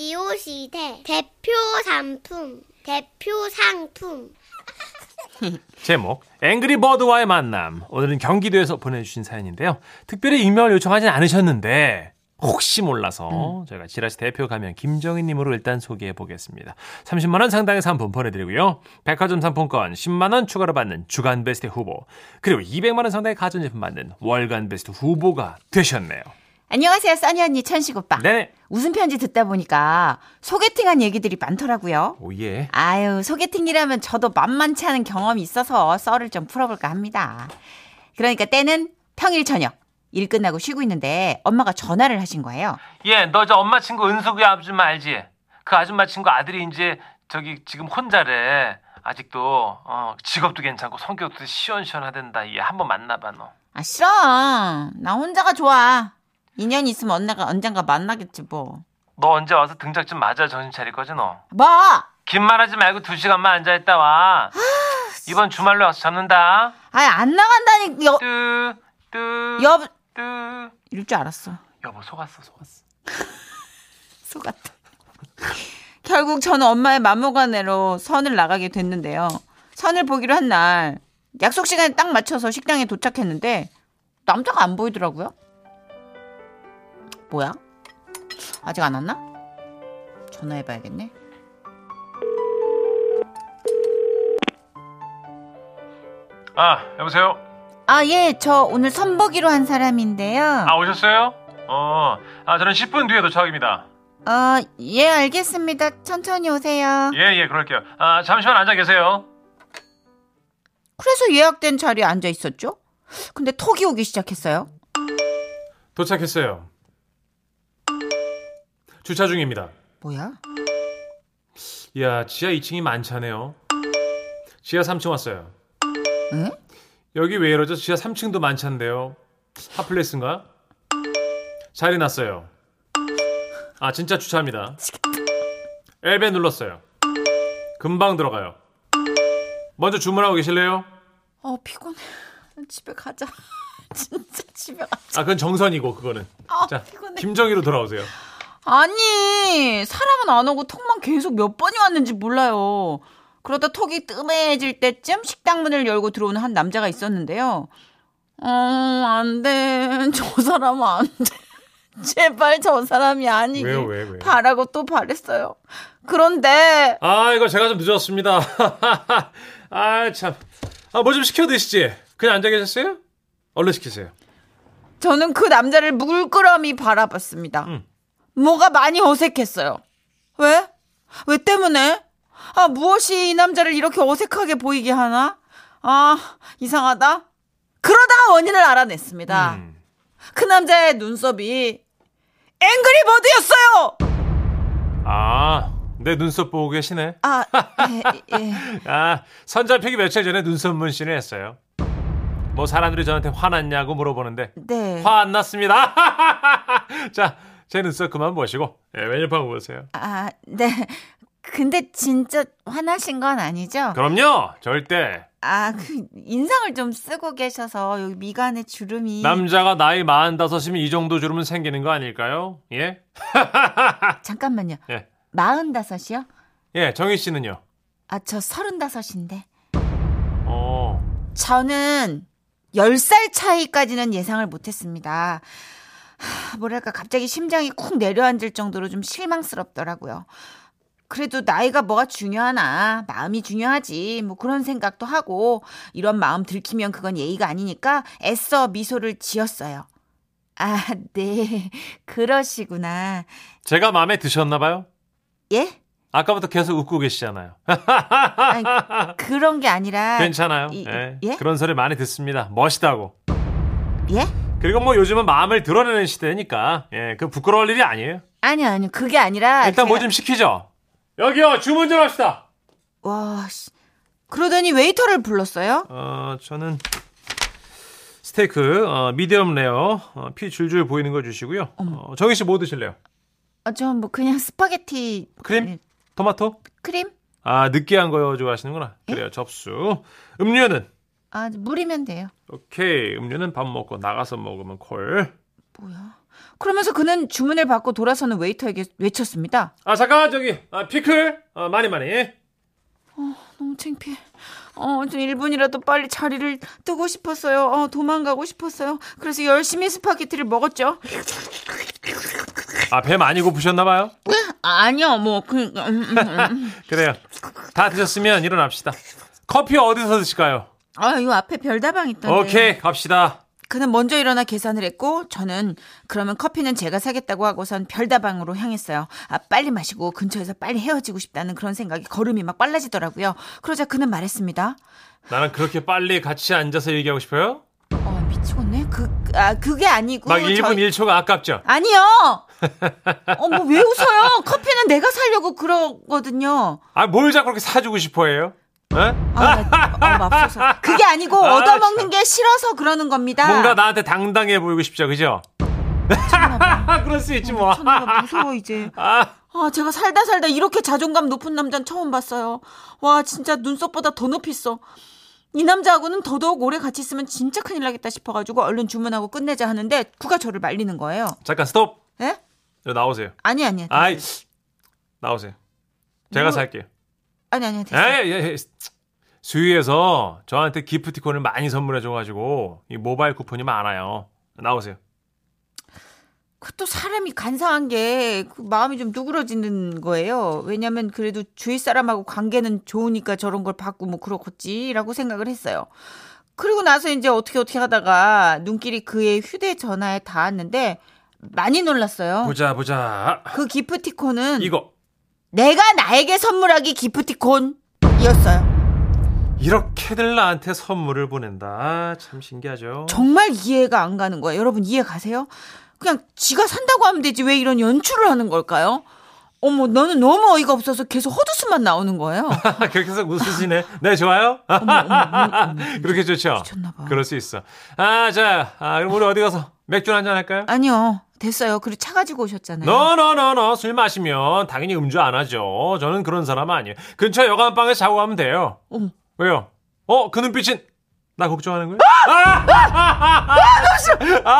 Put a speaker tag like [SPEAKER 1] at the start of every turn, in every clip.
[SPEAKER 1] 대표시대 대표 상품 대표 상품
[SPEAKER 2] 제목 앵그리 버드와의 만남 오늘은 경기도에서 보내주신 사연인데요 특별히 익명을 요청하진 않으셨는데 혹시 몰라서 저희가 지라시 대표 가면 김정희님으로 일단 소개해 보겠습니다 30만원 상당의 상품 보내드리고요 백화점 상품권 10만원 추가로 받는 주간 베스트 후보 그리고 200만원 상당의 가전제품 받는 월간 베스트 후보가 되셨네요
[SPEAKER 3] 안녕하세요, 써니 언니, 천식 오빠.
[SPEAKER 2] 네네
[SPEAKER 3] 웃음 편지 듣다 보니까 소개팅한 얘기들이 많더라고요.
[SPEAKER 2] 오예
[SPEAKER 3] 아유, 소개팅이라면 저도 만만치 않은 경험이 있어서 썰을 좀 풀어볼까 합니다. 그러니까 때는 평일 저녁. 일 끝나고 쉬고 있는데 엄마가 전화를 하신 거예요.
[SPEAKER 2] 예, 너 저 엄마 친구 은수 그 아줌마 알지? 그 아줌마 친구 아들이 이제 저기 지금 혼자래. 아직도 어, 직업도 괜찮고 성격도 시원시원하댄다. 얘 한번 만나봐 너.
[SPEAKER 3] 아, 싫어. 나 혼자가 좋아. 인연이 있으면 언젠가, 언젠가 만나겠지, 뭐.
[SPEAKER 2] 너 언제 와서 등짝 좀 맞아 정신 차릴 거지 너.
[SPEAKER 3] 뭐!
[SPEAKER 2] 긴 말하지 말고 두 시간만 앉아 있다 와. 이번 주말로 와서 잡는다.
[SPEAKER 3] 아안 나간다니, 여,
[SPEAKER 2] 뚜뚜
[SPEAKER 3] 여,
[SPEAKER 2] 뚜.
[SPEAKER 3] 이럴 줄 알았어.
[SPEAKER 2] 여보 속았어 속았어.
[SPEAKER 3] 속았다. 결국 저는 엄마의 맘모가내로 선을 나가게 됐는데요. 선을 보기로 한 날 약속 시간에 딱 맞춰서 식당에 도착했는데 남자가 안 보이더라고요. 뭐야? 아직 안 왔나? 전화해봐야겠네.
[SPEAKER 2] 아 여보세요.
[SPEAKER 3] 아, 예, 저 오늘 선 보기로 한 사람인데요.
[SPEAKER 2] 아 오셨어요? 어. 아 저는 10분 뒤에 도착입니다.
[SPEAKER 3] 어, 예, 알겠습니다. 천천히 오세요.
[SPEAKER 2] 예예 그럴게요. 아 잠시만 앉아 계세요.
[SPEAKER 3] 그래서 예약된 자리에 앉아 있었죠? 근데 톡이 오기 시작했어요.
[SPEAKER 2] 도착했어요. 주차 중입니다.
[SPEAKER 3] 뭐야?
[SPEAKER 2] 이야, 지하 2층이 많잖아요. 지하 3층 왔어요.
[SPEAKER 3] 응?
[SPEAKER 2] 여기 왜 이러죠? 지하 3층도 많잖데요. 핫플레스인가? 자리 났어요. 아, 진짜 주차합니다. 엘베 눌렀어요. 금방 들어가요. 먼저 주문하고 계실래요?
[SPEAKER 3] 어 피곤해. 집에 가자. 진짜 집에 가.
[SPEAKER 2] 아, 그건 어, 정선이고 그거는.
[SPEAKER 3] 아
[SPEAKER 2] 자,
[SPEAKER 3] 피곤해.
[SPEAKER 2] 김정희로 돌아오세요.
[SPEAKER 3] 아니 사람은 안 오고 톡만 계속 몇 번이 왔는지 몰라요. 그러다 톡이 뜸해질 때쯤 식당 문을 열고 들어오는 한 남자가 있었는데요. 어, 안 돼. 저 사람 안 돼. 제발 저 사람이 아니길
[SPEAKER 2] 왜요, 왜, 왜?
[SPEAKER 3] 바라고 또 바랬어요. 그런데
[SPEAKER 2] 아, 이거 제가 좀 늦었습니다. 아, 참. 아, 뭐 좀 시켜 드시지? 그냥 앉아 계셨어요? 얼른 시키세요.
[SPEAKER 3] 저는 그 남자를 물끄러미 바라봤습니다.
[SPEAKER 2] 음.
[SPEAKER 3] 뭐가 많이 어색했어요. 왜? 왜 때문에? 아, 무엇이 이 남자를 이렇게 어색하게 보이게 하나? 아, 이상하다. 그러다가 원인을 알아냈습니다.
[SPEAKER 2] 음.
[SPEAKER 3] 그 남자의 눈썹이 앵그리버드였어요!
[SPEAKER 2] 아, 내 눈썹 보고 계시네.
[SPEAKER 3] 아, 예, 예.
[SPEAKER 2] 아, 선잡히기 며칠 전에 눈썹 문신을 했어요. 뭐 사람들이 저한테 화났냐고 물어보는데
[SPEAKER 3] 네.
[SPEAKER 2] 화 안 났습니다. 자, 제 눈썹 그만 보시고 예, 메뉴판 보세요.
[SPEAKER 3] 아, 네. 근데 진짜 화나신 건 아니죠?
[SPEAKER 2] 그럼요, 절대
[SPEAKER 3] 아, 그 인상을 좀 쓰고 계셔서 여기 미간에 주름이
[SPEAKER 2] 남자가 나이 마흔다섯이면 이 정도 주름은 생기는 거 아닐까요? 예,
[SPEAKER 3] 잠깐만요.
[SPEAKER 2] 예,
[SPEAKER 3] 마흔다섯이요?
[SPEAKER 2] 예. 정희 씨는요?
[SPEAKER 3] 아, 저 서른다섯인데.
[SPEAKER 2] 어,
[SPEAKER 3] 저는 10살 차이까지는 예상을 못했습니다. 하, 뭐랄까, 갑자기 심장이 쿵 내려앉을 정도로 좀 실망스럽더라고요. 그래도 나이가 뭐가 중요하나, 마음이 중요하지, 뭐 그런 생각도 하고, 이런 마음 들키면 그건 예의가 아니니까 애써 미소를 지었어요. 아, 네, 그러시구나.
[SPEAKER 2] 제가 마음에 드셨나 봐요.
[SPEAKER 3] 예?
[SPEAKER 2] 아까부터 계속 웃고 계시잖아요.
[SPEAKER 3] 아니, 그런 게 아니라.
[SPEAKER 2] 괜찮아요.
[SPEAKER 3] 이-
[SPEAKER 2] 예.
[SPEAKER 3] 예?
[SPEAKER 2] 그런 소리 많이 듣습니다. 멋있다고.
[SPEAKER 3] 예?
[SPEAKER 2] 그리고 뭐 요즘은 마음을 드러내는 시대니까 예, 그 부끄러울 일이 아니에요.
[SPEAKER 3] 아니요, 아니요, 그게 아니라.
[SPEAKER 2] 일단 뭐
[SPEAKER 3] 제가-
[SPEAKER 2] 좀 시키죠. 여기요, 주문 좀 합시다.
[SPEAKER 3] 와, 씨. 그러더니 웨이터를 불렀어요?
[SPEAKER 2] 어, 저는 스테이크 어, 미디엄 레어 어, 피 줄줄 보이는 거 주시고요. 어, 정희 씨 뭐 드실래요?
[SPEAKER 3] 아, 전뭐 그냥 스파게티
[SPEAKER 2] 크림,
[SPEAKER 3] 예,
[SPEAKER 2] 토마토?
[SPEAKER 3] 크림?
[SPEAKER 2] 아 느끼한 거 좋아하시는구나.
[SPEAKER 3] 예?
[SPEAKER 2] 그래요, 접수. 음료는
[SPEAKER 3] 아, 물이면 돼요.
[SPEAKER 2] 오케이, 음료는 밥 먹고 나가서 먹으면 콜.
[SPEAKER 3] 뭐야? 그러면서 그는 주문을 받고 돌아서는 웨이터에게 외쳤습니다.
[SPEAKER 2] 아 잠깐 저기 아, 피클 어, 많이 많이.
[SPEAKER 3] 아, 너무 창피해. 어, 좀 1분이라도 빨리 자리를 뜨고 싶었어요. 어, 도망가고 싶었어요. 그래서 열심히 스파게티를 먹었죠.
[SPEAKER 2] 아 배 많이 고프셨나 봐요.
[SPEAKER 3] 아니요, 뭐, 그, 음, 음.
[SPEAKER 2] 그래요. 다 드셨으면 일어납시다. 커피 어디서 드실까요?
[SPEAKER 3] 아, 요 앞에 별다방 있던데.
[SPEAKER 2] 오케이 갑시다.
[SPEAKER 3] 그는 먼저 일어나 계산을 했고, 저는 그러면 커피는 제가 사겠다고 하고선 별다방으로 향했어요. 아, 빨리 마시고 근처에서 빨리 헤어지고 싶다는 그런 생각이 걸음이 막 빨라지더라고요. 그러자 그는 말했습니다.
[SPEAKER 2] 나랑 그렇게 빨리 같이 앉아서 얘기하고 싶어요?
[SPEAKER 3] 어, 미치겠네. 그, 아, 그게 아니고.
[SPEAKER 2] 막 1분
[SPEAKER 3] 저희-
[SPEAKER 2] 1초가 아깝죠?
[SPEAKER 3] 아니요! 어, 뭐, 왜 웃어요? 커피는 내가 사려고 그러거든요.
[SPEAKER 2] 아, 뭘 자꾸 그렇게 사주고 싶어 해요? 어?
[SPEAKER 3] 아, 나, 어, 맙소사. 그게 아니고,
[SPEAKER 2] 아,
[SPEAKER 3] 얻어먹는
[SPEAKER 2] 참.
[SPEAKER 3] 게 싫어서 그러는 겁니다.
[SPEAKER 2] 뭔가 나한테 당당해 보이고 싶죠, 그죠? 그럴 수 있지
[SPEAKER 3] 아,
[SPEAKER 2] 뭐.
[SPEAKER 3] 나 무서워, 이제.
[SPEAKER 2] 아,
[SPEAKER 3] 아, 제가 살다 살다 이렇게 자존감 높은 남자는 처음 봤어요. 와, 진짜 눈썹보다 더 높이 써. 이 남자하고는 더더욱 오래 같이 있으면 진짜 큰일 나겠다 싶어가지고 얼른 주문하고 끝내자 하는데 그가 저를 말리는 거예요.
[SPEAKER 2] 잠깐 스톱.
[SPEAKER 3] 예?
[SPEAKER 2] 저 나오세요.
[SPEAKER 3] 아니 아니 아,
[SPEAKER 2] 아이, 나오세요. 제가
[SPEAKER 3] 뭐?
[SPEAKER 2] 살게요.
[SPEAKER 3] 아니 아니 됐어.
[SPEAKER 2] 에이, 에이, 에이. 예, 수위에서 저한테 기프티콘을 많이 선물해줘가지고 이 모바일 쿠폰이 많아요. 나오세요.
[SPEAKER 3] 그 또 사람이 간사한 게그 마음이 좀 누그러지는 거예요. 왜냐면 그래도 주위 사람하고 관계는 좋으니까 저런 걸 받고 뭐 그렇겠지라고 생각을 했어요. 그리고 나서 이제 어떻게 어떻게 하다가 눈길이 그의 휴대전화에 닿았는데 많이 놀랐어요.
[SPEAKER 2] 보자, 보자.
[SPEAKER 3] 그 기프티콘은
[SPEAKER 2] 뭐 이거.
[SPEAKER 3] 내가 나에게 선물하기 기프티콘이었어요.
[SPEAKER 2] 이렇게들 나한테 선물을 보낸다. 참
[SPEAKER 3] 어.
[SPEAKER 2] 신기하죠?
[SPEAKER 3] 정말 이해가 안 가는 거예요. 여러분 이해 가세요? 그냥 지가 산다고 하면 되지 왜 이런 연출을 하는 걸까요? 어머 너는 너무 어이가 없어서 계속 헛웃음만 나오는 거예요.
[SPEAKER 2] 그렇게 해서 웃으시네. 네, 좋아요. 그렇게 좋죠.
[SPEAKER 3] 미쳤나 봐.
[SPEAKER 2] 그럴 수 있어. 아, 자, 아, 그럼 우리 어디 가서 맥주 한잔 할까요?
[SPEAKER 3] 아니요 됐어요. 그리고 차 가지고 오셨잖아요.
[SPEAKER 2] 노노노노 술 마시면 당연히 음주 안 하죠. 저는 그런 사람 아니에요. 근처 여관방에 자고 가면 돼요.
[SPEAKER 3] 어머.
[SPEAKER 2] 왜요? 어, 그 눈빛은 나 걱정하는 거예요? 아!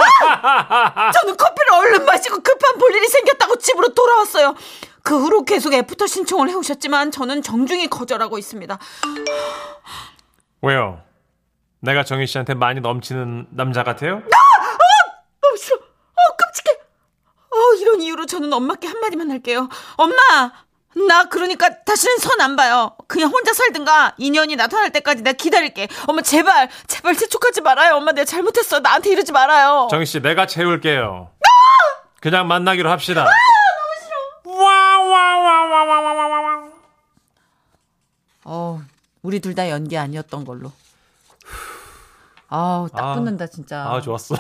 [SPEAKER 3] 저는 커피를 얼른 마시고 급한 볼일이 생겼다고 집으로 돌아왔어요. 그 후로 계속 애프터 신청을 해오셨지만 저는 정중히 거절하고 있습니다.
[SPEAKER 2] 왜요? 내가 정희 씨한테 많이 넘치는 남자 같아요?
[SPEAKER 3] 너무 싫어. 어, 끔찍해. 어, 이런 이유로 저는 엄마께 한마디만 할게요. 엄마! 나 그러니까 다시는 선 안 봐요. 그냥 혼자 살든가 인연이 나타날 때까지 내가 기다릴게. 엄마 제발 제발 재촉하지 말아요. 엄마 내가 잘못했어. 나한테 이러지 말아요.
[SPEAKER 2] 정희 씨, 내가 채울게요. 그냥 만나기로 합시다. 아, 너무 싫어. 와와와와와와와.
[SPEAKER 3] 어, 우리 둘 다 연기 아니었던 걸로. 아우 딱
[SPEAKER 2] 아,
[SPEAKER 3] 붙는다 진짜.
[SPEAKER 2] 아, 좋았어.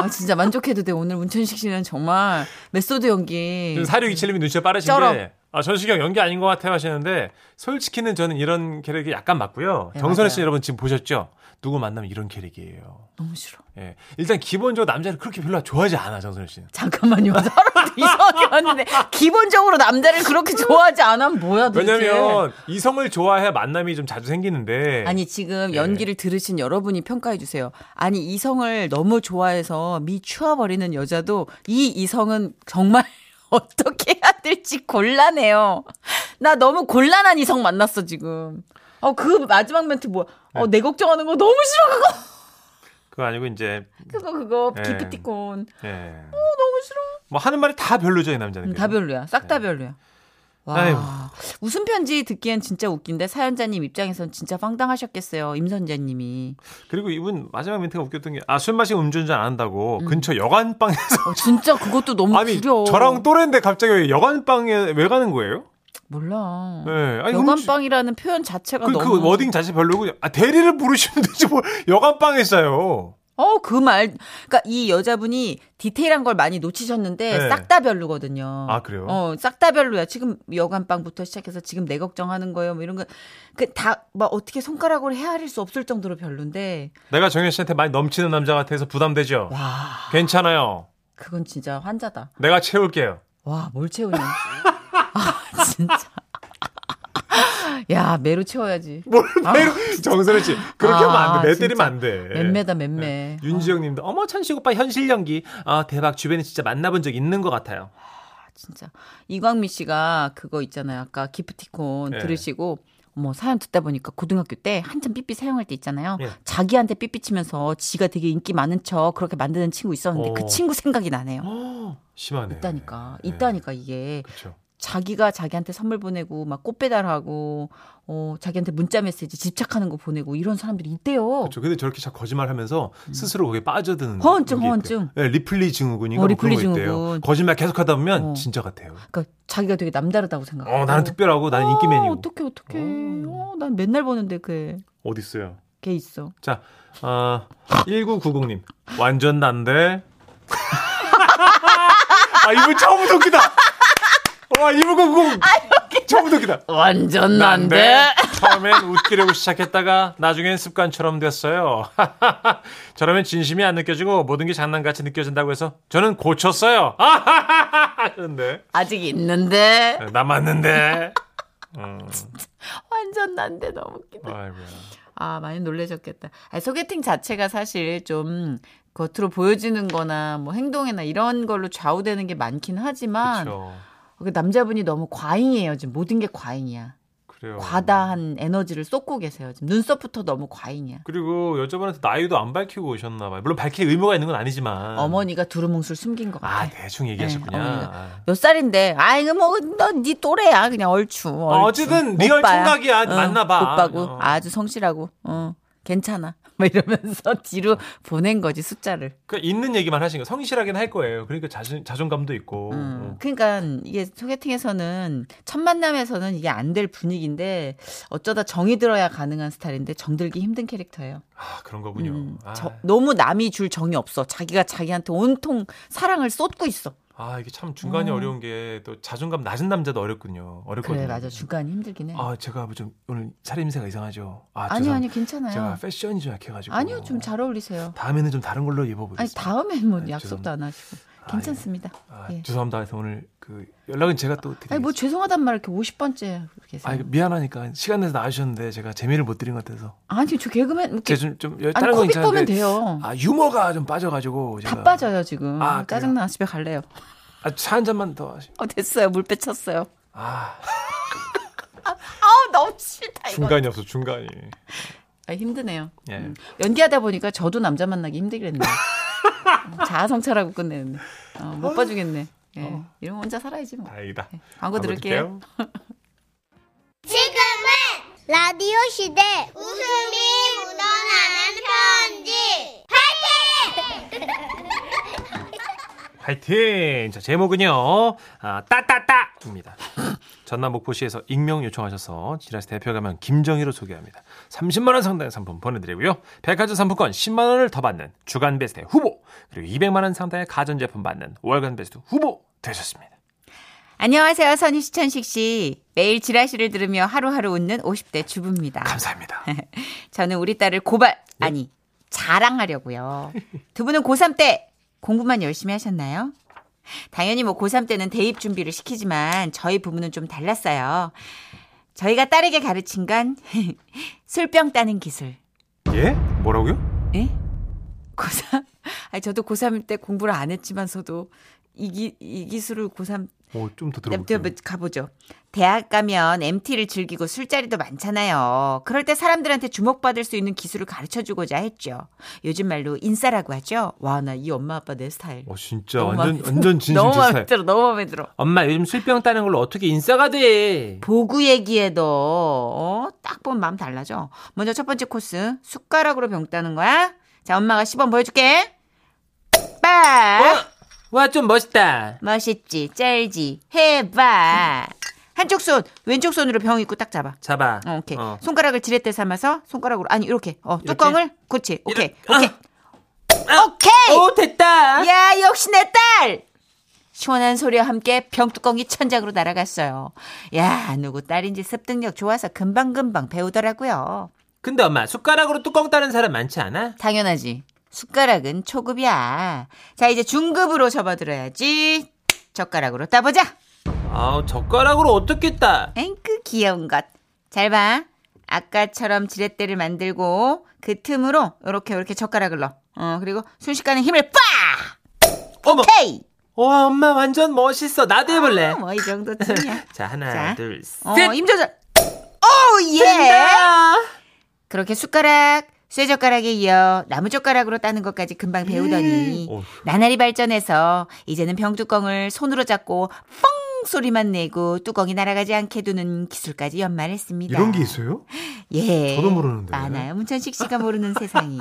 [SPEAKER 3] 아, 진짜 만족해도 돼. 오늘 문천식 씨는 정말 메소드 연기.
[SPEAKER 2] 지금 그 사륙이칠님이 눈치가 빠르신데
[SPEAKER 3] 예. 쩔어.
[SPEAKER 2] 아 전시경 연기 아닌 것 같아요 하시는데 솔직히는 저는 이런 캐릭이 약간 맞고요.
[SPEAKER 3] 네,
[SPEAKER 2] 정선혜
[SPEAKER 3] 맞아요.
[SPEAKER 2] 씨 여러분 지금 보셨죠? 누구 만나면 이런 캐릭이에요.
[SPEAKER 3] 너무 싫어.
[SPEAKER 2] 예. 일단 기본적으로 남자를 그렇게 별로 좋아하지 않아 정선혜 씨는.
[SPEAKER 3] 잠깐만요. 사람도 이상하게 왔는데 기본적으로 남자를 그렇게 좋아하지 않으면 뭐야 도대체.
[SPEAKER 2] 왜냐면 예. 이성을 좋아해 만남이 좀 자주 생기는데
[SPEAKER 3] 아니 지금 연기를 들으신 여러분이 평가해 주세요. 아니 이성을 너무 좋아해서 미추어 버리는 여자도 이 이성은 정말 어떻게 해야 될지 곤란해요. 나 너무 곤란한 이성 만났어 지금. 어 그 마지막 멘트 뭐야?
[SPEAKER 2] 예.
[SPEAKER 3] 어 내 걱정하는 거 너무 싫어 그거.
[SPEAKER 2] 그거 아니고 이제
[SPEAKER 3] 그거 그거
[SPEAKER 2] 네.
[SPEAKER 3] 기프티콘.
[SPEAKER 2] 예. 너무 싫어. 뭐 하는 말이 다 별로죠 이 남자는.
[SPEAKER 3] 음, 다
[SPEAKER 2] 그래요. 네.
[SPEAKER 3] 별로야. 싹 다 별로야.
[SPEAKER 2] 아이고.
[SPEAKER 3] 와. 웃음 편지 듣기엔 진짜 웃긴데 사연자님 입장에선 진짜 황당하셨겠어요. 임선재님이.
[SPEAKER 2] 그리고 이분 마지막 멘트가 웃겼던 게 아 술 마시고 음주운전 안 한다고 근처 여관방에서
[SPEAKER 3] 어, 진짜 그것도 너무
[SPEAKER 2] 아니
[SPEAKER 3] 구려.
[SPEAKER 2] 저랑 또래인데 갑자기 왜 여관방에 왜 가는 거예요?
[SPEAKER 3] 몰라.
[SPEAKER 2] 예. 아니 음주-
[SPEAKER 3] 여관방이라는 표현 자체가
[SPEAKER 2] 그,
[SPEAKER 3] 아, 너무
[SPEAKER 2] 그 워딩 자체 별로고 아 대리를 부르시면 되지 뭐 여관방에 싸요.
[SPEAKER 3] 어, 그 말. 그러니까 이 여자분이 디테일한 걸 많이 놓치셨는데
[SPEAKER 2] 네.
[SPEAKER 3] 싹 다 별로거든요.
[SPEAKER 2] 아, 그래요?
[SPEAKER 3] 어, 싹 다 별로야. 지금 여관방부터 시작해서 지금 내 걱정하는 거예요. 뭐 이런 거. 그 다 막 어떻게 손가락으로 헤아릴 수 없을 정도로 별론데.
[SPEAKER 2] 내가 정현 씨한테 많이 넘치는 남자 같아서 부담되죠.
[SPEAKER 3] 와.
[SPEAKER 2] 괜찮아요.
[SPEAKER 3] 그건 진짜 환자다.
[SPEAKER 2] 내가 채울게요.
[SPEAKER 3] 와, 뭘 채우냐. 아, 진짜. 야, 매로 채워야지.
[SPEAKER 2] 뭘 매로 정선혜 씨 그렇게 하면 안 돼. 매
[SPEAKER 3] 아, 진짜.
[SPEAKER 2] 때리면 안 돼.
[SPEAKER 3] 맴매다, 맴매.
[SPEAKER 2] 윤지영님도 어머 천식 오빠 현실 연기 아 대박 주변에 진짜 만나본 적 있는 것 같아요.
[SPEAKER 3] 진짜 이광미 씨가 그거 있잖아요. 아까 기프티콘
[SPEAKER 2] 예.
[SPEAKER 3] 들으시고 어머 사연 듣다 보니까 고등학교 때 한참 삐삐 사용할 때 있잖아요.
[SPEAKER 2] 예.
[SPEAKER 3] 자기한테 삐삐 치면서 지가 되게 인기 많은 척 그렇게 만드는 친구 있었는데
[SPEAKER 2] 어.
[SPEAKER 3] 그 친구 생각이 나네요.
[SPEAKER 2] 어 예. 심하네.
[SPEAKER 3] 아, 있다니까 있다니까 이게
[SPEAKER 2] 그렇죠.
[SPEAKER 3] 자기가 자기한테 선물 보내고 막 꽃 배달하고 어 자기한테 문자 메시지 집착하는 거 보내고 이런 사람들이 있대요.
[SPEAKER 2] 그렇죠. 근데 저렇게 자 거짓말하면서 스스로 거기에 빠져드는
[SPEAKER 3] 음. 허언증,
[SPEAKER 2] 게 있대요.
[SPEAKER 3] 허언증.
[SPEAKER 2] 네, 리플리 증후군인가
[SPEAKER 3] 어,
[SPEAKER 2] 뭐 그런
[SPEAKER 3] 리플리
[SPEAKER 2] 거 있대요.
[SPEAKER 3] 증후군.
[SPEAKER 2] 거짓말 계속하다 보면
[SPEAKER 3] 어.
[SPEAKER 2] 진짜 같아요.
[SPEAKER 3] 그러니까 자기가 되게 남다르다고 생각하고.
[SPEAKER 2] 어 나는 특별하고 나는 인기맨이고 음.
[SPEAKER 3] 어떻게 어떻게? 어난 맨날 보는데 그걔
[SPEAKER 2] 어디 있어요?
[SPEAKER 3] 걔 있어.
[SPEAKER 2] 자, 아 1990님. 완전 난데. 아, 이분 처음부터 웃기다. 와, 이분 공 처음부터 웃기다.
[SPEAKER 3] 완전
[SPEAKER 2] 처음엔 웃기려고 시작했다가 나중엔 습관처럼 됐어요. 저라면 진심이 안 느껴지고 모든 게 장난같이 느껴진다고 해서 저는 고쳤어요. 하셨는데. 네,
[SPEAKER 3] 아직 있는데
[SPEAKER 2] 남았는데. 음,
[SPEAKER 3] 완전 난데 너무 웃기다.
[SPEAKER 2] 아이고야.
[SPEAKER 3] 아 많이 놀라셨겠다. 아, 소개팅 자체가 사실 좀 겉으로 보여지는거나 뭐 행동이나 이런 걸로 좌우되는 게 많긴 하지만
[SPEAKER 2] 그렇죠.
[SPEAKER 3] 그 남자분이 너무 과잉이에요. 지금 모든 게 과잉이야.
[SPEAKER 2] 그래요.
[SPEAKER 3] 과다한 에너지를 쏟고 계세요. 지금 눈썹부터 너무
[SPEAKER 2] 음.
[SPEAKER 3] 과잉이야.
[SPEAKER 2] 그리고 여자분한테 나이도 안 밝히고 오셨나 봐요. 물론 밝힐 의무가 있는 건 아니지만.
[SPEAKER 3] 어머니가 두루뭉술 숨긴 것 같아.
[SPEAKER 2] 아, 대충 얘기하셨군요.
[SPEAKER 3] 네, 어머니가.
[SPEAKER 2] 아.
[SPEAKER 3] 몇 살인데? 아이, 뭐너네 또래야 그냥 얼추. 얼추.
[SPEAKER 2] 어쨌든 리얼
[SPEAKER 3] 오빠야.
[SPEAKER 2] 총각이야. 만나봐.
[SPEAKER 3] 오빠고
[SPEAKER 2] 어.
[SPEAKER 3] 아주 성실하고 어 괜찮아. 막 이러면서 뒤로 보낸 거지 숫자를.
[SPEAKER 2] 그 있는 얘기만 하신 거. 성실하긴 할 거예요. 그러니까 자신, 자존감도 있고.
[SPEAKER 3] 음. 그러니까 이게 소개팅에서는 첫 만남에서는 이게 안 될 분위기인데 어쩌다 정이 들어야 가능한 스타일인데 정들기 힘든 캐릭터예요.
[SPEAKER 2] 아, 그런 거군요.
[SPEAKER 3] 음.
[SPEAKER 2] 아,
[SPEAKER 3] 저- 너무 남이 줄 정이 없어. 자기가 자기한테 온통 사랑을 쏟고 있어.
[SPEAKER 2] 아, 이게 참 중간이
[SPEAKER 3] 음.
[SPEAKER 2] 어려운 게 또 자존감 낮은 남자도 어렵군요. 어렵거든요.
[SPEAKER 3] 그래 맞아 중간이 힘들긴 해.
[SPEAKER 2] 아, 제가 좀 오늘 차림새가 이상하죠. 아,
[SPEAKER 3] 아니
[SPEAKER 2] 죄송-
[SPEAKER 3] 아니 괜찮아요. 네.
[SPEAKER 2] 제가 패션이 좀 약해가지고.
[SPEAKER 3] 아니요 좀 잘 어울리세요.
[SPEAKER 2] 다음에는 좀 다른 걸로
[SPEAKER 3] 아니
[SPEAKER 2] 입어보겠습니다.
[SPEAKER 3] 다음에 뭐
[SPEAKER 2] 아니,
[SPEAKER 3] 약속도
[SPEAKER 2] 죄송합니다.
[SPEAKER 3] 안 하시고
[SPEAKER 2] 아,
[SPEAKER 3] 괜찮습니다.
[SPEAKER 2] 아,
[SPEAKER 3] 예.
[SPEAKER 2] 죄송합니다. 그래서 오늘 그 연락은 제가 또 드리겠습니다.
[SPEAKER 3] 아니 뭐 죄송하단 말 이렇게 50번째 계세요.
[SPEAKER 2] 아, 이거 미안하니까 시간 내서 나와주셨는데 제가 재미를 못 드린 것 같아서.
[SPEAKER 3] 아니 저 개그맨 이렇게
[SPEAKER 2] 제좀 좀,
[SPEAKER 3] 아니
[SPEAKER 2] 다른 건
[SPEAKER 3] 코빅 보면
[SPEAKER 2] 괜찮은데.
[SPEAKER 3] 돼요.
[SPEAKER 2] 아, 유머가 좀 빠져가지고. 제가.
[SPEAKER 3] 다 빠져요 지금.
[SPEAKER 2] 아, 그래요?
[SPEAKER 3] 짜증나 집에 갈래요.
[SPEAKER 2] 아, 차한 잔만 더 하시.
[SPEAKER 3] 어 됐어요 물 빼쳤어요.
[SPEAKER 2] 아,
[SPEAKER 3] 아우 너무 싫다 이거.
[SPEAKER 2] 중간이 없어, 중간이.
[SPEAKER 3] 아, 힘드네요.
[SPEAKER 2] 예.
[SPEAKER 3] 음. 연기하다 보니까 저도 남자 만나기 힘들겠네요. 음, 자아성찰하고 끝내는데 어, 못 봐주겠네. 예,
[SPEAKER 2] 어.
[SPEAKER 3] 이런 거 혼자 살아야지 뭐.
[SPEAKER 2] 다행이다.
[SPEAKER 3] 예, 광고 들을게요.
[SPEAKER 4] 지금은 라디오 시대 웃음이 묻어나는 편지
[SPEAKER 2] 화이팅! 자, 제목은요, 아, 따따따입니다. 전남 목포시에서 익명 요청하셔서 지라시 대표 가면 김정희로 소개합니다. 30만원 상당의 상품 보내드리고요. 백화점 상품권 10만원을 더 받는 주간 베스트 후보, 그리고 200만원 상당의 가전제품 받는 월간 베스트 후보 되셨습니다.
[SPEAKER 3] 안녕하세요 선희 시천식 씨. 매일 지라시를 들으며 하루하루 웃는 50대 주부입니다.
[SPEAKER 2] 감사합니다.
[SPEAKER 3] 네. 저는 우리 딸을 고발 아니 자랑하려고요. 두 분은 고3 때 공부만 열심히 하셨나요? 당연히 뭐 고3 때는 대입 준비를 시키지만 저희 부모는 좀 달랐어요. 저희가 딸에게 가르친 건 술병 따는 기술.
[SPEAKER 2] 예? 뭐라고요?
[SPEAKER 3] 예? 고3? 아니 저도 고3 때 공부를 안 했지만서도 이, 기, 이 기술을 고3
[SPEAKER 2] 어, 좀 더 들어볼게요.
[SPEAKER 3] 냅둬 가보죠. 대학 가면 MT를 즐기고 술자리도 많잖아요. 그럴 때 사람들한테 주목받을 수 있는 기술을 가르쳐 주고자 했죠. 요즘 말로 인싸라고 하죠. 와, 나 이 엄마 아빠 내 스타일.
[SPEAKER 2] 어, 진짜
[SPEAKER 3] 너무
[SPEAKER 2] 완전,
[SPEAKER 3] 마음에-
[SPEAKER 2] 완전 진심
[SPEAKER 3] 너무 마음에
[SPEAKER 2] 스타일.
[SPEAKER 3] 들어. 너무 마음에 들어.
[SPEAKER 2] 엄마, 요즘 술병 따는 걸로 어떻게 인싸가 돼?
[SPEAKER 3] 보구 얘기에도 어? 딱 보면 마음 달라져. 먼저 첫 번째 코스. 숟가락으로 병 따는 거야. 자, 엄마가 시범 보여 줄게. 빡!
[SPEAKER 2] 어? 와, 좀 멋있다.
[SPEAKER 3] 멋있지. 짤지. 해 봐. 한쪽 손, 왼쪽 손으로 병 입고 딱 잡아.
[SPEAKER 2] 잡아.
[SPEAKER 3] 어, 오케이.
[SPEAKER 2] 어.
[SPEAKER 3] 손가락을 지렛대 삼아서 손가락으로 아니 이렇게. 어, 뚜껑을 그렇지. 아, 오케이. 오케이. 오케이. 예.
[SPEAKER 2] 오, 됐다.
[SPEAKER 3] 야, 역시 내 딸. 시원한 소리와 함께 병뚜껑이 천장으로 날아갔어요. 야, 누구 딸인지 습득력 좋아서 금방금방 배우더라고요.
[SPEAKER 2] 근데 엄마 숟가락으로 뚜껑 따는 사람 많지 않아?
[SPEAKER 3] 당연하지. 숟가락은 초급이야. 자, 이제 중급으로 접어들어야지. 젓가락으로 따보자.
[SPEAKER 2] 아 젓가락으로 어떻게 따?
[SPEAKER 3] 앵크 귀여운 것. 잘 봐. 아까처럼 지렛대를 만들고 그 틈으로 요렇게 요렇게 젓가락을 넣어. 어, 그리고 순식간에 힘을 빡!
[SPEAKER 2] 어머.
[SPEAKER 3] 오케이!
[SPEAKER 2] 와 엄마 완전 멋있어. 나도 해볼래.
[SPEAKER 3] 뭐 이 정도쯤이야.
[SPEAKER 2] 자 하나
[SPEAKER 3] 자.
[SPEAKER 2] 둘 셋. 아,
[SPEAKER 3] 어, 임조절. 오, 예! 그렇게 숟가락, 쇠젓가락에 이어 나무젓가락으로 따는 것까지 금방 배우더니
[SPEAKER 2] 예. 어휴.
[SPEAKER 3] 나날이 발전해서 이제는 병뚜껑을 손으로 잡고 뻥 소리만 내고 뚜껑이 날아가지 않게 두는 기술까지 연말했습니다.
[SPEAKER 2] 이런 게 있어요?
[SPEAKER 3] 예.
[SPEAKER 2] 저도 모르는데.
[SPEAKER 3] 많아요. 문천식 씨가 모르는 세상이.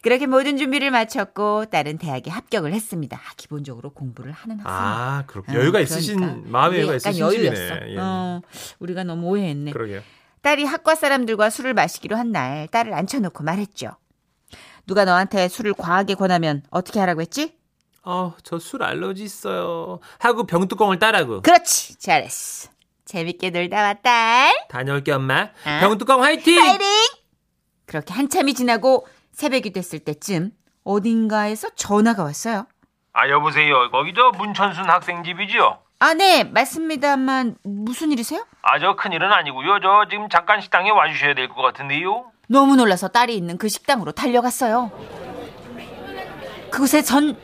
[SPEAKER 3] 그렇게 모든 준비를 마쳤고 다른 대학에 합격을 했습니다. 아, 기본적으로 공부를 하는 학생.
[SPEAKER 2] 아 그렇게
[SPEAKER 3] 아,
[SPEAKER 2] 여유가
[SPEAKER 3] 그러니까.
[SPEAKER 2] 있으신 마음의
[SPEAKER 3] 이게
[SPEAKER 2] 여유가
[SPEAKER 3] 약간
[SPEAKER 2] 있으신
[SPEAKER 3] 여유였어.
[SPEAKER 2] 집이네. 예.
[SPEAKER 3] 어, 우리가 너무 오해했네.
[SPEAKER 2] 그러게요.
[SPEAKER 3] 딸이 학과 사람들과 술을 마시기로 한 날 딸을 앉혀놓고 말했죠. 누가 너한테 술을 과하게 권하면 어떻게 하라고 했지?
[SPEAKER 2] 어저 술 알러지 있어요. 하고 병뚜껑을 따라고.
[SPEAKER 3] 그렇지. 잘했어. 재밌게 놀다 와 딸.
[SPEAKER 2] 다녀올게 엄마.
[SPEAKER 3] 아.
[SPEAKER 2] 병뚜껑 화이팅.
[SPEAKER 3] 그렇게 한참이 지나고 새벽이 됐을 때쯤 어딘가에서 전화가 왔어요.
[SPEAKER 2] 아 여보세요. 거기 저 문천순 학생 집이죠?
[SPEAKER 3] 아, 네, 맞습니다만 무슨 일이세요?
[SPEAKER 2] 아 저 큰일은 아니고요. 저 지금 잠깐 식당에 와주셔야 될 것 같은데요.
[SPEAKER 3] 너무 놀라서 딸이 있는 그 식당으로 달려갔어요. 그곳에 전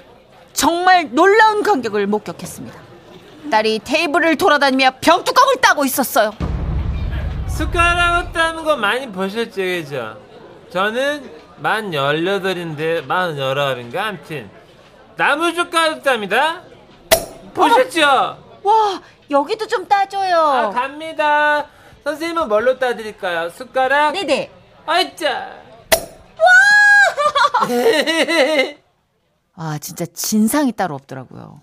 [SPEAKER 3] 정말 놀라운 광경을 목격했습니다. 딸이 테이블을 돌아다니며 병뚜껑을 따고 있었어요.
[SPEAKER 2] 숟가락으로 따는 거 많이 보셨죠, 그죠? 저는 만 18인데 만 19인가 암튼 나무 숟가락 땁니다. 보셨죠?
[SPEAKER 3] 와, 여기도 좀 따줘요.
[SPEAKER 2] 아, 갑니다. 선생님은 뭘로 따드릴까요? 숟가락?
[SPEAKER 3] 네네.
[SPEAKER 2] 아이짜.
[SPEAKER 3] 아, 진짜 진상이 따로 없더라고요.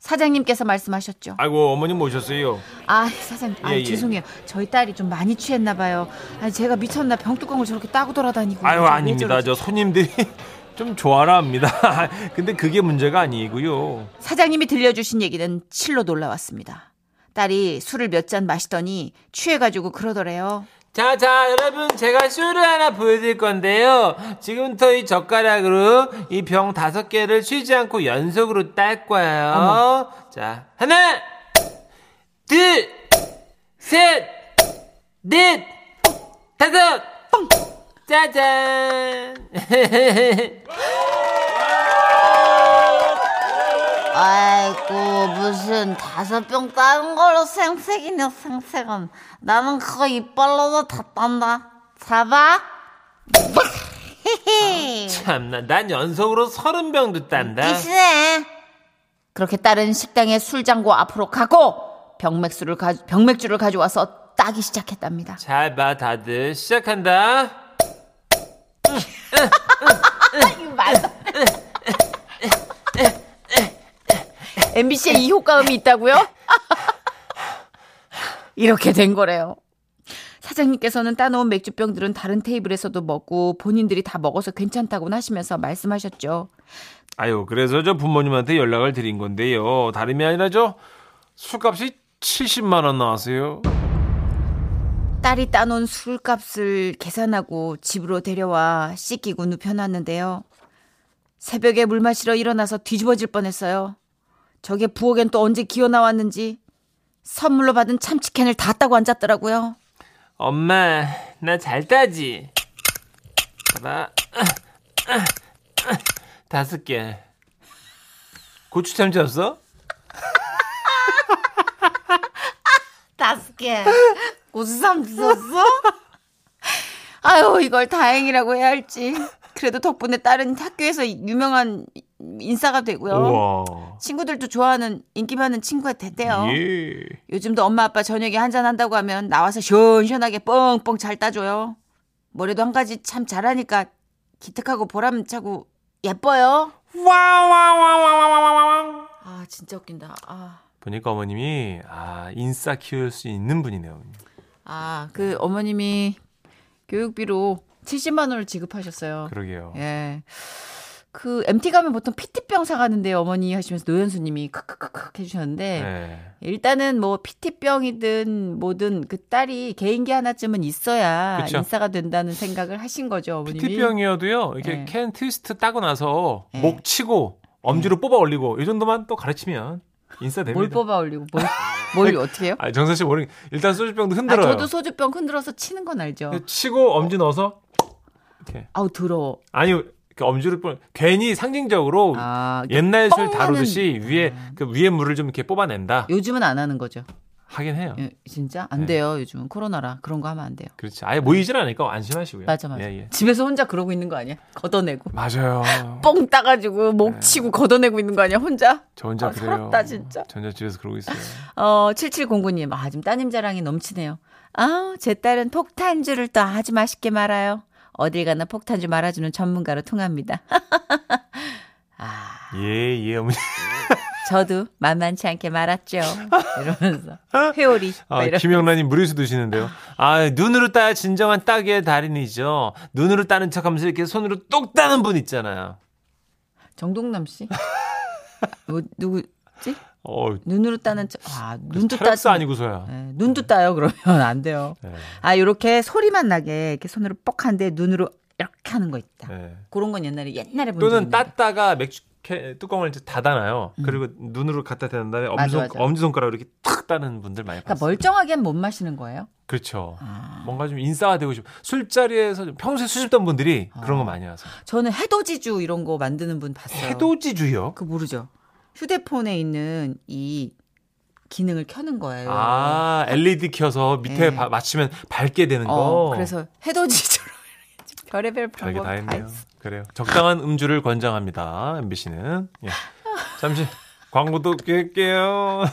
[SPEAKER 3] 사장님께서 말씀하셨죠.
[SPEAKER 2] 아이고, 어머님 모셨어요.
[SPEAKER 3] 아 사장님 아
[SPEAKER 2] 예, 예.
[SPEAKER 3] 죄송해요 저희 딸이 좀 많이 취했나 봐요 아 제가 미쳤나 병뚜껑을 저렇게 따고 돌아다니고
[SPEAKER 2] 아유,
[SPEAKER 3] 왜
[SPEAKER 2] 아닙니다.
[SPEAKER 3] 네, 저러지?
[SPEAKER 2] 저 손님들이 좀 좋아라 합니다. 근데 그게 문제가 아니고요.
[SPEAKER 3] 사장님이 들려주신 얘기는 실로 놀라웠습니다 딸이 술을 몇 잔 마시더니 취해가지고 그러더래요
[SPEAKER 2] 자, 자, 여러분, 제가 쇼를 하나 보여드릴 건데요. 지금부터 이 젓가락으로 이 병 다섯 개를 쉬지 않고 연속으로 딸 거예요. 자, 하나, 둘, 셋, 넷, 다섯, 짜잔.
[SPEAKER 4] 아이고 무슨 다섯 병 따는 걸로 생색이냐 생색은 나는 그거 이빨로도 다 딴다 잡아
[SPEAKER 2] 참나, 난 연속으로 서른 병도 딴다.
[SPEAKER 4] 기스네
[SPEAKER 3] 그렇게 딸은 식당의 술장고 앞으로 가고 병맥주를, 가, 병맥주를 가져와서 따기 시작했답니다
[SPEAKER 2] 잘 봐, 다들. 시작한다.
[SPEAKER 3] MBC에 이 효과음이 있다고요? 이렇게 된 거래요. 사장님께서는 따놓은 맥주병들은 다른 테이블에서도 먹고 본인들이 다 먹어서 괜찮다고 하시면서 말씀하셨죠.
[SPEAKER 2] 아유, 그래서 저 부모님한테 연락을 드린 건데요. 다름이 아니라 저 술값이 70만 원 나왔어요.
[SPEAKER 3] 딸이 따놓은 술값을 계산하고 집으로 데려와 씻기고 눕혀놨는데요. 새벽에 물 마시러 일어나서 뒤집어질 뻔했어요. 저게 부엌엔 또 언제 기어 나왔는지 선물로 받은 참치캔을 다 따고 앉았더라고요.
[SPEAKER 2] 엄마, 나 잘 따지. 봐봐. 다섯 개. 고추 참치 없어?
[SPEAKER 4] 다섯 개
[SPEAKER 3] 고수삼 주셨어? 아유 이걸 다행이라고 해야 할지 그래도 덕분에 딸은 학교에서 유명한 인싸가 되고요 친구들도 좋아하는 인기 많은 친구가 됐대요
[SPEAKER 2] 예.
[SPEAKER 3] 요즘도 엄마 아빠 저녁에 한잔 한다고 하면 나와서 시원시원하게 뻥뻥 잘 따줘요 뭐래도 한 가지 참 잘하니까 기특하고 보람차고 예뻐요
[SPEAKER 2] 와와와와와와와.
[SPEAKER 3] 아 진짜 웃긴다 아.
[SPEAKER 2] 보니까 어머님이 아 인싸 키울 수 있는 분이네요.
[SPEAKER 3] 아, 그 어머님이 교육비로 70만 원을 지급하셨어요.
[SPEAKER 2] 그러게요.
[SPEAKER 3] 예. 그 MT 가면 보통 PT병 사가는데 어머니 하시면서 노현수님이 크크크크 해주셨는데
[SPEAKER 2] 네.
[SPEAKER 3] 일단은 뭐 PT병이든 뭐든 그 딸이 개인기 하나쯤은 있어야
[SPEAKER 2] 그쵸.
[SPEAKER 3] 인싸가 된다는 생각을 하신 거죠 어머님이.
[SPEAKER 2] PT병이어도요 이렇게
[SPEAKER 3] 네.
[SPEAKER 2] 캔 트위스트 따고 나서
[SPEAKER 3] 네.
[SPEAKER 2] 목 치고 엄지로 뽑아 올리고 이 정도만 또 가르치면 인싸 됩니다.
[SPEAKER 3] 뭘 뽑아 올리고 뭘 뭘 어떻게 해요?
[SPEAKER 2] 아, 정선 씨 모르 일단 소주병도
[SPEAKER 3] 아,
[SPEAKER 2] 흔들어요. 그
[SPEAKER 3] 저도 소주병 흔들어서 치는 건 알죠.
[SPEAKER 2] 치고 엄지 넣어서
[SPEAKER 3] 아우 더러워.
[SPEAKER 2] 아니 그 엄지를 뻔 괜히 상징적으로
[SPEAKER 3] 아, 음. 이게
[SPEAKER 2] 옛날 예, 술
[SPEAKER 3] 뻥
[SPEAKER 2] 다루듯이 위에 그 위에 물을 좀 이렇게 뽑아낸다
[SPEAKER 3] 요즘은 안 하는 거죠.
[SPEAKER 2] 하긴 해요.
[SPEAKER 3] 예, 진짜 안
[SPEAKER 2] 네.
[SPEAKER 3] 돼요. 요즘은 코로나라 그런 거 하면 안 돼요.
[SPEAKER 2] 그렇지. 아예 모이진 않으니까 안심하시고요.
[SPEAKER 3] 맞아 맞아.
[SPEAKER 2] 예, 뭐. 예.
[SPEAKER 3] 집에서 혼자 그러고 있는 거 아니야? 걷어내고
[SPEAKER 2] 맞아요.
[SPEAKER 3] 뻥 따가지고 몸 치고 걷어내고 있는 거 아니야? 혼자?
[SPEAKER 2] 네. 저 혼자
[SPEAKER 3] 아,
[SPEAKER 2] 그래요.
[SPEAKER 3] 서럽다, 진짜.
[SPEAKER 2] 저 혼자 집에서 그러고 있어요.
[SPEAKER 3] 어 7709님 아 지금 따님 자랑이 넘치네요. 아제 딸은 폭탄주를 또 아주 맛있게 말아요. 어딜 가나 폭탄주 말아주는 전문가로 통합니다. 아
[SPEAKER 2] 예, 예, 어머니.
[SPEAKER 3] 저도 만만치 않게 말았죠. 이러면서 회오리
[SPEAKER 2] 아,
[SPEAKER 3] 이러
[SPEAKER 2] 김영란님 무리수 드시는데요. 아, 눈으로 따야 진정한 따기의 달인이죠. 눈으로 따는 척 하면서 이렇게 손으로 똑 따는 분 있잖아요.
[SPEAKER 3] 정동남 씨? 뭐, 누구지?
[SPEAKER 2] 어,
[SPEAKER 3] 눈으로 따는 척. 아, 눈도 따.
[SPEAKER 2] 테락스 아니고서야.
[SPEAKER 3] 예, 눈도 따요 그러면 안 돼요.
[SPEAKER 2] 네.
[SPEAKER 3] 아, 요렇게 소리만 나게 이렇게 손으로 뻑 하는데 눈으로 이렇게 하는 거 있다.
[SPEAKER 2] 네.
[SPEAKER 3] 그런 건 옛날에 옛날에 본
[SPEAKER 2] 또는
[SPEAKER 3] 적이 있는데.
[SPEAKER 2] 땄다가 맥주 캔 뚜껑을 이제 닫아놔요. 그리고 눈으로 갖다 대는 다음에
[SPEAKER 3] 음. 맞아,
[SPEAKER 2] 엄지손,
[SPEAKER 3] 맞아.
[SPEAKER 2] 엄지손가락으로 이렇게 탁 따는 분들 많이
[SPEAKER 3] 그러니까
[SPEAKER 2] 봤어요.
[SPEAKER 3] 멀쩡하게는 아. 못 마시는 거예요.
[SPEAKER 2] 그렇죠. 뭔가 좀 인싸화되고 싶 술자리에서 좀 평소에 수줍던 분들이
[SPEAKER 3] 아.
[SPEAKER 2] 그런 거 많이 와서.
[SPEAKER 3] 저는 해돋이주 이런 거 만드는 분 봤어요.
[SPEAKER 2] 해돋이주요?
[SPEAKER 3] 그 모르죠. 휴대폰에 있는 이 기능을 켜는 거예요.
[SPEAKER 2] 아, LED 켜서 밑에
[SPEAKER 3] 네.
[SPEAKER 2] 바- 맞추면 밝게 되는
[SPEAKER 3] 어,
[SPEAKER 2] 거.
[SPEAKER 3] 그래서 해돋이주처럼 별의별
[SPEAKER 2] 별게 다
[SPEAKER 3] 방법 다,
[SPEAKER 2] 했네요.
[SPEAKER 3] 있어.
[SPEAKER 2] 그래요. 적당한 음주를 권장합니다. MBC는. 예. 잠시 광고도 깰게요.